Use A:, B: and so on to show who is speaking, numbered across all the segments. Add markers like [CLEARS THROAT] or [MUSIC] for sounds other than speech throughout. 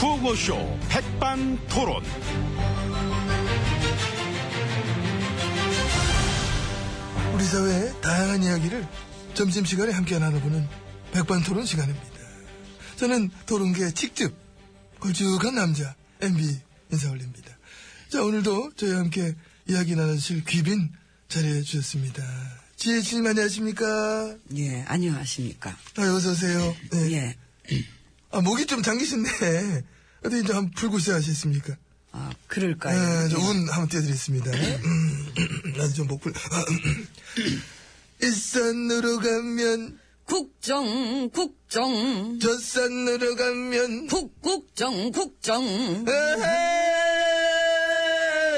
A: 구호쇼 백반토론.
B: 우리 사회의 다양한 이야기를 점심시간에 함께 나눠보는 백반토론 시간입니다. 저는 토론계 직접 걸쭉한 남자 MB 인사 올립니다. 자 오늘도 저희와 함께 이야기 나눠주실 귀빈 자리해 주셨습니다. 지혜진님 안녕하십니까?
C: 예, 안녕하십니까.
B: 아, 어서오세요.
C: 예.
B: 아, 목이 좀 잠기신데, 어디 이제 한번 풀고 시작하셨습니까?
C: 아, 그럴까요?
B: 아,
C: 예.
B: 저운 한번 띄워드리겠습니다. [CLEARS THROAT] 나도 좀 목불. [CLEARS THROAT] 일산으로 가면,
C: 국정, 국정,
B: 저산으로 가면,
C: 국, 국정, 국정.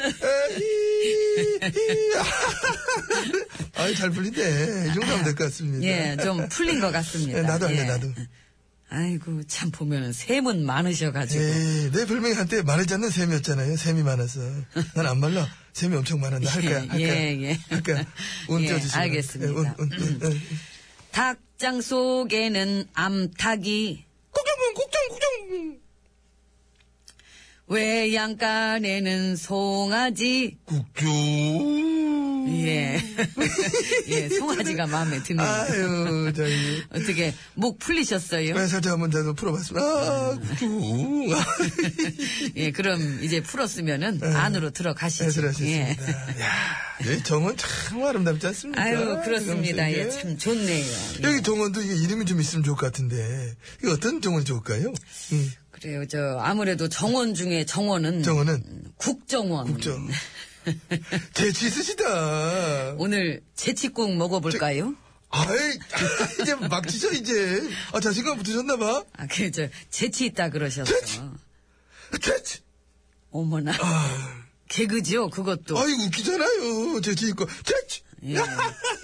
B: [LAUGHS] 아이, 잘 풀리네. 이 정도 하면 될 것 같습니다.
C: 예, 좀 풀린 것 같습니다.
B: 예, 나도 안 돼,
C: 예.
B: 나도.
C: 아이고, 참 보면은 셈은 많으셔가지고.
B: 에이, 예, 내 별명이 한때 마르지 않는 셈이었잖아요. 셈이 많아서. 난 안 말라. 셈이 엄청 많았는데. 할 거야, 할 거야.
C: 예, 예.
B: 할 거야. 운
C: 예,
B: 띄워주시면.
C: 알겠습니다.
B: 예, 운, 운, 운, 운.
C: 닭장 속에는 암탉이,
B: 국정문, 국정, 국정.
C: 외양간에는 송아지.
B: 국정.
C: 예. [LAUGHS] 예, 송아지가 마음에 드네요.
B: 음. 아유, 예. 저기.
C: [LAUGHS] 어떻게, 목 풀리셨어요?
B: 왜 살짝 한번 저도 풀어봤습니다. 아, 국정.
C: 예, 그럼 이제 풀었으면은
B: 네.
C: 안으로 들어가시죠. 예.
B: 애슬하셨습니다. 야, 이 정원 참 아름답지 않습니까?
C: 아유,
B: 이러면서
C: 그렇습니다. 예,
B: 네. 이제.
C: 참 좋네요. 예.
B: 여기 정원도 이게 이름이 좀 있으면 좋을 것 같은데. 이게 어떤 정원이 좋을까요? 음,
C: 그래요. 저 아무래도 정원 중에 정원은
B: 정원은
C: 국정원.
B: 국정. 재치 있으시다.
C: 오늘 재치국 먹어볼까요?
B: 아이, 이제 막 치죠, 이제. 아, 자신감 붙으셨나봐.
C: 아, 그, 저, 재치 있다 그러셔서.
B: 재치!
C: 어머나. 개그죠, 그것도.
B: 아. 아이, 웃기잖아요. 재치 있고. 재치!
C: 예.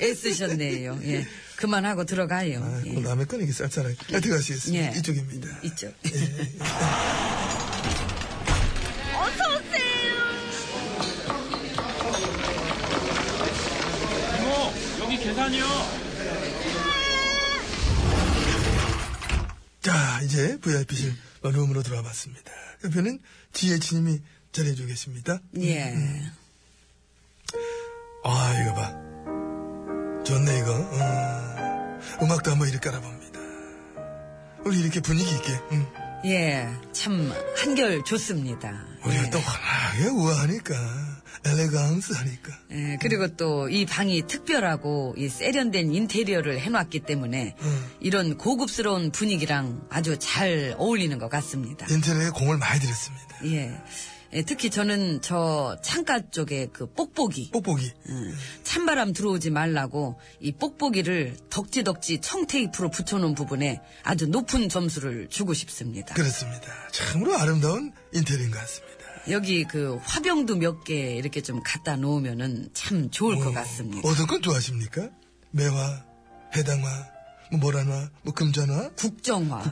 C: 애쓰셨네요. 예. 그만하고 들어가요.
B: 아,
C: 예.
B: 뭐 남의 건 이게 쌀쌀하게. 아, 들어가시겠습니다.
C: 예.
B: 이쪽입니다.
C: 있죠.
A: 이모, 어, 여기 계산이요.
B: 자, 이제 VIP실 룸으로 들어와 봤습니다. 옆에는 GH님이 자리해주고 계십니다.
C: 예.
B: 아, 이거 봐. 좋네, 이거. 음. 음악도 한번 이렇게 깔아봅니다. 우리 이렇게 분위기 있게, 음.
C: 예. 참, 한결 좋습니다.
B: 우리가
C: 예.
B: 또 환하게 우아하니까, 엘레강스 하니까.
C: 예, 그리고 또 이 방이 특별하고 이 세련된 인테리어를 해놨기 때문에
B: 음.
C: 이런 고급스러운 분위기랑 아주 잘 어울리는 것 같습니다.
B: 인테리어에 공을 많이 들였습니다.
C: 예. 예, 특히 저는 저 창가 쪽에 그 뽁뽁이
B: 뽁뽁이.
C: 음, 찬바람 들어오지 말라고 이 뽁뽁이를 덕지덕지 청테이프로 붙여놓은 부분에 아주 높은 점수를 주고 싶습니다.
B: 그렇습니다. 참으로 아름다운 인테리어인 것 같습니다.
C: 여기 그 화병도 몇 개 이렇게 좀 갖다 놓으면은 참 좋을 것 같습니다.
B: 음. 어떤 건 좋아하십니까? 매화, 해당화, 뭐 모란화, 뭐 금전화?
C: 국정화.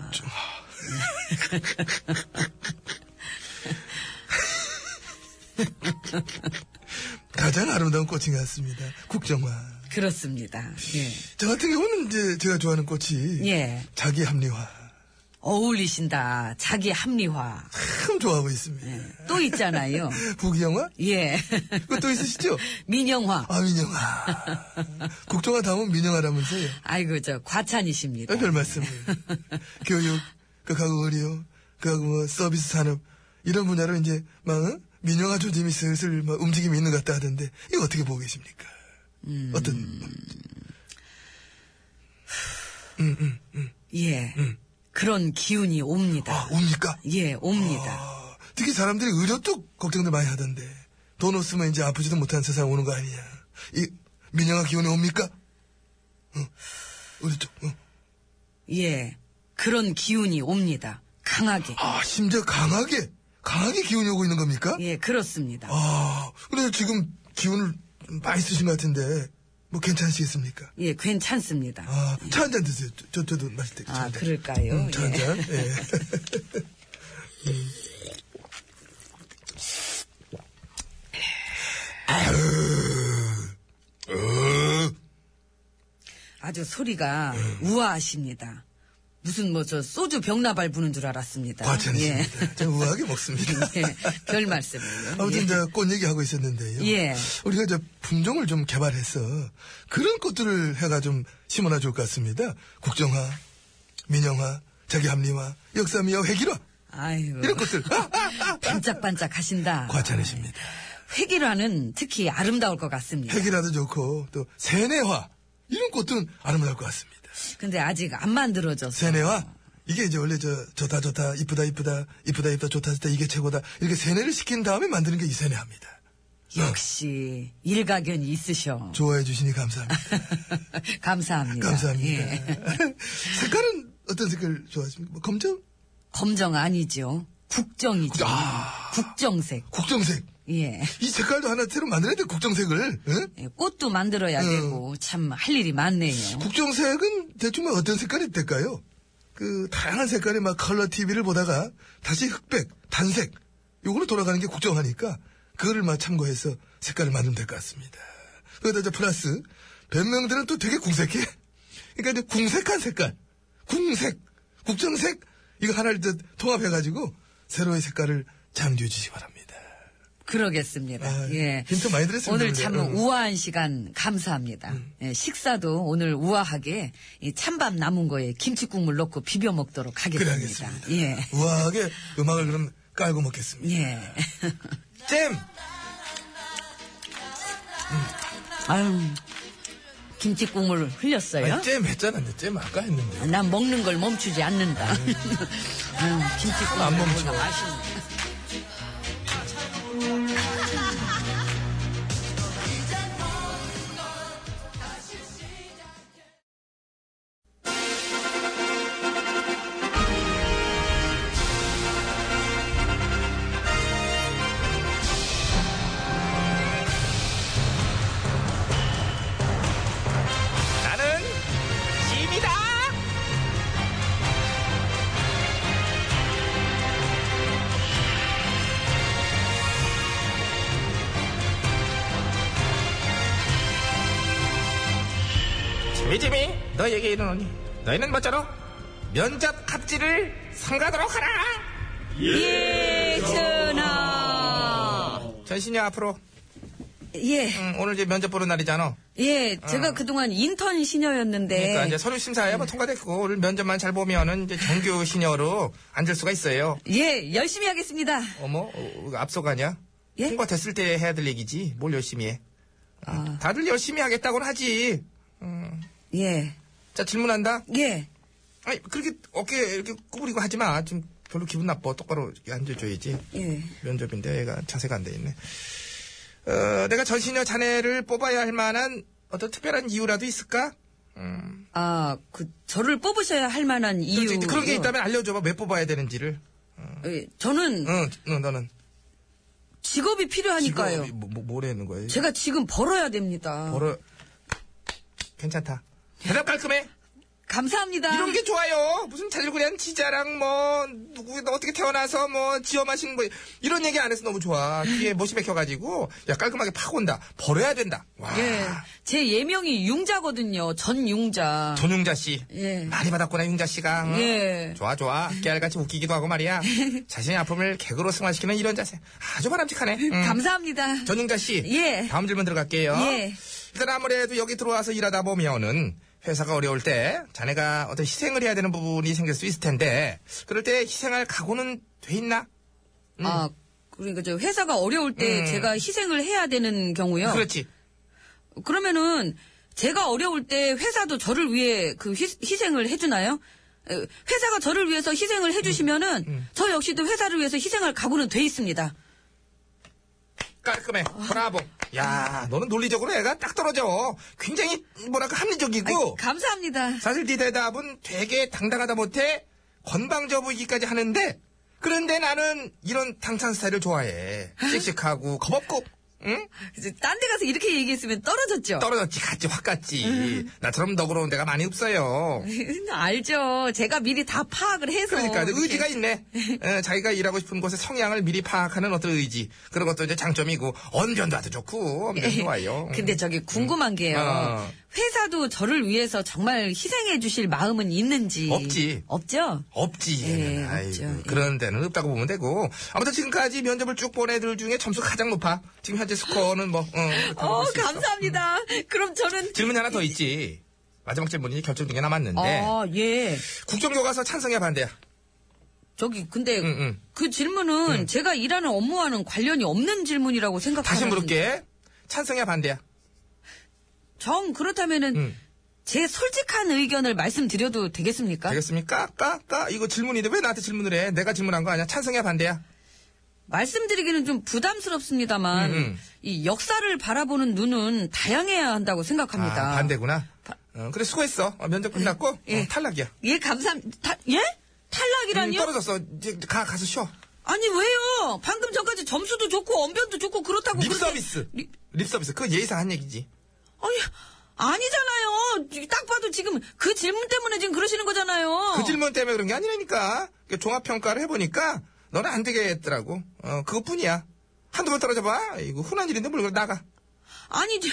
B: 가장 아름다운 꽃인 것 같습니다. 국정화.
C: 그렇습니다. 예.
B: 저 같은 경우는 이제 제가 좋아하는 꽃이
C: 예.
B: 자기 합리화
C: 어울리신다. 자기 합리화.
B: 참 좋아하고 있습니다.
C: 또 있잖아요. [LAUGHS]
B: 부기영화?
C: 예. [LAUGHS]
B: 그거 또 있으시죠?
C: 민영화.
B: 아 민영화. 국정화 다음은 민영화라면서요.
C: 아이고, 저, 과찬이십니다.
B: 아, 별 말씀을. 교육, 그 가구 의료, 그 가구 뭐 서비스 산업 이런 분야로 이제 막 어? 민영화 조짐이 슬슬 막 움직임이 있는 것 같다 하던데 이거 어떻게 보고 계십니까? 어떤
C: 예. 그런 기운이 옵니다.
B: 음. 아 옵니까?
C: 예, 옵니다.
B: 아, 특히 사람들이 의료 쪽 걱정들 많이 하던데 돈 없으면 이제 아프지도 못하는 세상 오는 거 아니냐 이 민영화 기운이 옵니까? 어, 의료 쪽 어.
C: 예. 그런 기운이 옵니다. 강하게.
B: 아 심지어 강하게 강하게 기운이 오고 있는 겁니까?
C: 예, 그렇습니다.
B: 아 근데 지금 기운을 많이 쓰신 것 같은데 뭐 괜찮으시겠습니까?
C: 예, 괜찮습니다.
B: 아 차 한 잔 드세요 저, 저, 저도 마실 때
C: 아,
B: 한 잔.
C: 그럴까요?
B: 음, 차
C: 예.
B: 한 잔. 예. 음. 아유, 으. 예.
C: 아주 소리가 우아하십니다. 무슨 뭐 저 소주 병나발 부는 줄 알았습니다.
B: 과찬이십니다. 좀 우아하게 먹습니다.
C: [LAUGHS] 예. 별 말씀을요.
B: 아무튼
C: 예.
B: 이제 꽃 얘기하고 있었는데요.
C: 예.
B: 우리가 이제 품종을 좀 개발해서 그런 꽃들을 해가 좀 심어놔 줄 것 같습니다. 국정화, 민영화, 자기합리화, 역사미화, 획일화
C: 아이고.
B: 이런 것들. [LAUGHS] 아, 아, 아.
C: 반짝반짝 하신다.
B: 과찬이십니다.
C: 회기라는 특히 아름다울 것 같습니다.
B: 획일화도 좋고 또 세뇌화 이런 꽃들은 아름다울 것 같습니다.
C: 근데 아직 안 만들어져서.
B: 세뇌화 이게 이제 원래 저 좋다 좋다 이쁘다 이쁘다 이쁘다 이쁘다 좋다 좋다 이게 최고다 이렇게 세뇌를 시킨 다음에 만드는 게 이 세뇌합니다.
C: 네. 어. 역시 일가견이 있으셔. [LAUGHS]
B: 좋아해 주시니 감사합니다.
C: 감사합니다.
B: 감사합니다.
C: 예.
B: [LAUGHS] 색깔은 어떤 색깔 좋아하십니까? 뭐 검정?
C: 검정 아니죠. 국정이죠.
B: 아.
C: 국정색.
B: 국정색.
C: 예.
B: 이 색깔도 하나 새로 만들어야 돼, 국정색을. 응?
C: 예, 꽃도 만들어야
B: 음.
C: 되고 참 할 일이 많네요.
B: 국정색은 대충 뭐 어떤 색깔이 될까요? 그, 다양한 색깔의 막 컬러 TV를 보다가 다시 흑백, 단색, 요걸로 돌아가는 게 국정화니까 그거를 막 참고해서 색깔을 만들면 될 것 같습니다. 거기다 이제 플러스, 변명들은 또 되게 궁색해. 그러니까 이제 궁색한 색깔, 궁색, 국정색, 이거 하나를 이제 통합해가지고 새로의 색깔을 창조해 주시기 바랍니다.
C: 그러겠습니다.
B: 아,
C: 예.
B: 힌트 많이 드렸습니다. 음.
C: 오늘
B: 근데.
C: 참
B: 응.
C: 우아한 시간 감사합니다. 예, 식사도 오늘 우아하게 이 찬밥 남은 거에 김치국물 넣고 비벼 먹도록 하겠습니다.
B: 그래야겠습니다.
C: 예.
B: 우아하게 음악을 그럼 깔고 먹겠습니다.
C: 예.
B: 잼!
C: 아유. 김치국물 흘렸어요?
B: 아니, 잼 했잖아, 근데 잼 아까 했는데.
C: 난 먹는 걸 멈추지 않는다. [LAUGHS] 아유, 김치국물
B: 안 멈춰.
C: 뭐가 맛있네.
A: 나는 짐이다.
D: 지미지미 너에게 이르노니 너희는 멋져로 면접 갑질을 삼가도록 하라
C: 예, 전하.
D: 전신이 앞으로
C: 예,
D: 음, 오늘 이제 면접 보는 날이잖아
C: 예, 제가 그동안 인턴 시녀였는데.
D: 그러니까 이제 서류 심사에 뭐 통과됐고 오늘 면접만 잘 보면은 이제 정규 신여로 앉을 수가 있어요
C: 예, 열심히 하겠습니다.
D: 어머 어, 앞서가냐
C: 예?
D: 통과됐을 때 해야 될 얘기지 뭘 열심히 해 음, 다들 열심히 하겠다고는 하지
C: 아, 예,
D: 자 질문한다
C: 예.
D: 아니 그렇게 어깨 이렇게 구부리고 하지 마좀 별로 기분 나빠 똑바로 이렇게 앉아줘야지
C: 예.
D: 면접인데 얘가 자세가 안 돼 있네. 어, 내가 전신여 자네를 뽑아야 할 만한 어떤 특별한 이유라도 있을까? 음,
C: 아, 그, 저를 뽑으셔야 할 만한 이유.
D: 그런, 그런 게 있다면 알려줘봐. 왜 뽑아야 되는지를.
C: 예, 저는
D: 응, 응, 너는.
C: 직업이 필요하니까요.
D: 직업이 뭐, 뭐, 뭐라는 거예요?
C: 제가 지금 벌어야 됩니다.
D: 벌어. 괜찮다. 대답 깔끔해.
C: 감사합니다.
D: 이런 게 좋아요. 무슨 자질구레한 지자랑 뭐 누구 어떻게 태어나서 뭐 지엄하신 뭐 이런 얘기 안 해서 너무 좋아. 귀에 못이 박혀가지고 야 깔끔하게 파고온다. 벌어야 된다. 와.
C: 예. 제 예명이 융자거든요. 전 융자.
D: 전용자 씨.
C: 예.
D: 많이 받았구나, 용자 씨가. 응?
C: 예.
D: 좋아, 좋아. 깨알같이 웃기기도 하고
C: [LAUGHS]
D: 말이야. 자신의 아픔을 개그로 승화시키는 이런 자세. 아주
C: [LAUGHS]
D: 바람직하네. 응.
C: 감사합니다.
D: 전용자 씨.
C: 예.
D: 다음 질문 들어갈게요.
C: 예.
D: 일단 아무래도 여기 들어와서 일하다 보면은 회사가 어려울 때 자네가 어떤 희생을 해야 되는 부분이 생길 수 있을 텐데 그럴 때 희생할 각오는 돼 있나?
C: 아, 그러니까 저 회사가 어려울 때 제가 희생을 해야 되는 경우요.
D: 그렇지.
C: 그러면은 제가 어려울 때 회사도 저를 위해 그 희, 생을 해주나요? 에, 회사가 저를 위해서 희생을
B: 음,
C: 해주시면은 저 역시도 회사를 위해서 희생할 각오는 돼 있습니다.
D: 깔끔해. 브라보. 야, 너는 논리적으로 애가 딱 떨어져. 굉장히 뭐랄까
C: 아이,
D: 합리적이고.
C: 감사합니다.
D: 사실 네 대답은 되게 당당하다 못해 건방져 보이기까지 하는데 그런데 나는 이런 당찬 스타일을 좋아해 씩씩하고 겁없고
B: 응?
C: 이제 딴 데 가서 이렇게 얘기했으면 떨어졌죠. 음.
B: 떨어졌지, 갔지, 확 갔지. 나처럼 너그러운 데가 많이 없어요.
C: [LAUGHS] 알죠. 제가 미리 다 파악을 해서.
B: 그러니까
C: 이렇게.
B: 의지가
C: [LAUGHS]
B: 있네. 에, 자기가 일하고 싶은 곳의 성향을 미리 파악하는 어떤 의지. 그런 것도 이제 장점이고 언변도 아주 좋고 엄청 좋아요.
C: 예. [LAUGHS]
B: 음.
C: 근데 저기 궁금한 게요.
B: 아.
C: 회사도 저를 위해서 정말 희생해 주실 마음은 있는지.
B: 없지.
C: 없죠?
B: 없지. 얘는.
C: 예, 없죠.
B: 아이고,
C: 예.
B: 그런 데는 없다고 보면 되고. 아무튼 지금까지 면접을 쭉 본 애들 중에 점수 가장 높아. 지금 현재 스코어는 뭐. 어, 음. 그렇다고
C: 어,
B: 볼수 있어.
C: 감사합니다. 그럼 저는.
B: 질문이 하나 더 있지. 마지막 질문이 결정 중에 남았는데
C: 아, 예.
B: 국정교과서 찬성이야 반대야.
C: 저기, 근데
B: 응, 응.
C: 그 질문은 제가 일하는 업무와는 관련이 없는 질문이라고 생각하고.
B: 다시 물을게. 찬성이야 반대야.
C: 정, 그렇다면은
B: 응.
C: 제 솔직한 의견을 말씀드려도 되겠습니까?
B: 되겠습니까? 까, 까. 이거 질문인데 왜 나한테 질문을 해? 내가 질문한 거 아니야? 찬성이야, 반대야?
C: 말씀드리기는 좀 부담스럽습니다만,
B: 음, 음.
C: 이 역사를 바라보는 눈은 다양해야 한다고 생각합니다.
B: 아, 반대구나. 어, 그래, 수고했어. 어, 면접 끝났고,
C: 예.
B: 어, 탈락이야.
C: 예, 감사, 다, 예?
B: 음,
C: 탈락이라니요?
B: 떨어졌어. 이제 가, 가서 쉬어.
C: 아니, 왜요? 방금 전까지 점수도 좋고, 언변도 좋고, 그렇다고.
B: 립
C: 그렇게-
B: 서비스.
C: 리-
B: 립 서비스. 그건 예의상 한 얘기지.
C: 아니, 아니잖아요. 딱 봐도 지금 그 질문 때문에 지금 그러시는 거잖아요.
B: 그 질문 때문에 그런 게 아니라니까. 그 종합평가를 해보니까, 너는 안 되겠더라고. 어, 그것뿐이야. 한두 번 떨어져봐. 이거 흔한 일인데 뭘 그래, 나가.
C: 아니, 저-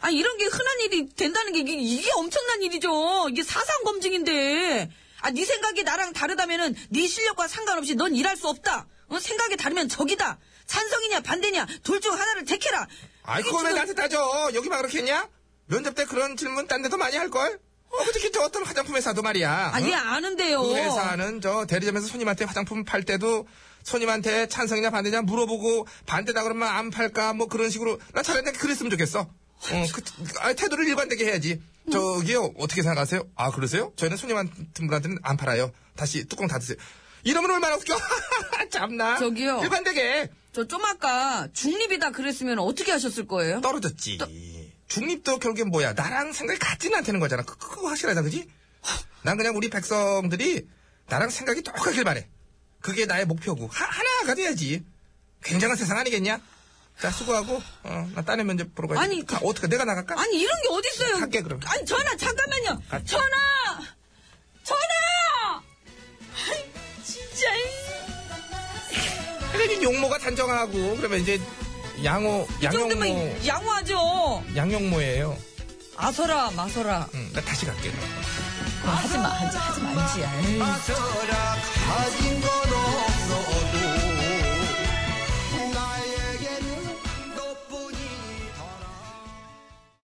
C: 아, 이런 게 흔한 일이 된다는 게 이게, 이게 엄청난 일이죠. 이게 사상 검증인데. 아, 네 생각이 나랑 다르다면은 네 실력과 상관없이 넌 일할 수 없다. 어, 생각이 다르면 적이다. 찬성이냐 반대냐 둘 중 하나를 택해라.
B: 아이,
C: 이게
B: 그걸 왜
C: 지금-
B: 나한테 따져? 여기만 그렇게 했냐? 면접 때 그런 질문 딴 데도 많이 할걸? 어, 그저께 저 어떤 화장품 회사도 말이야.
C: 아,
B: 어?
C: 얘 아는데요.
B: 그 회사는 저 대리점에서 손님한테 화장품 팔 때도 손님한테 찬성이냐 반대냐 물어보고 반대다 그러면 안 팔까 뭐 그런 식으로 나 차라리 그냥 그랬으면 좋겠어. 어, 그, 아, 태도를 일관되게 해야지. 저기요 어떻게 생각하세요? 아 그러세요? 저희는 손님한테 분한테는 안 팔아요. 다시 뚜껑 닫으세요. 이러면 얼마나 웃겨? [LAUGHS] 참나.
C: 저기요.
B: 일관되게
C: 저 좀 아까 중립이다 그랬으면 어떻게 하셨을 거예요?
B: 떨어졌지. 중립도 결국엔 뭐야? 나랑 생각이 같지는 않다는 거잖아. 그, 그거 확실하다, 그지? 난 그냥 우리 백성들이 나랑 생각이 똑같길 바래. 그게 나의 목표고. 하, 하나가 돼야지. 굉장한 세상 아니겠냐? 자, 수고하고, 어, 나 다른 면접 보러 가야
C: 아니, 그-
B: 어떻게 내가 나갈까?
C: 아니 이런 게 어딨어요?
B: 갈게, 그럼. 아,
C: 아니 전화 잠깐만요.
B: 갈게.
C: 전화, 전화. 아이, 진짜.
B: 그러니 용모가 단정하고, 그러면 이제 양호,
C: 이 정도면
B: 양용모,
C: 양호하죠.
B: 양용모예요.
C: 아서라 마서라.
B: 응, 나 다시 갈게.
C: 그거 하지 마, 하지, 하지 말지. 아이.
E: 아서락 하진 건 없어도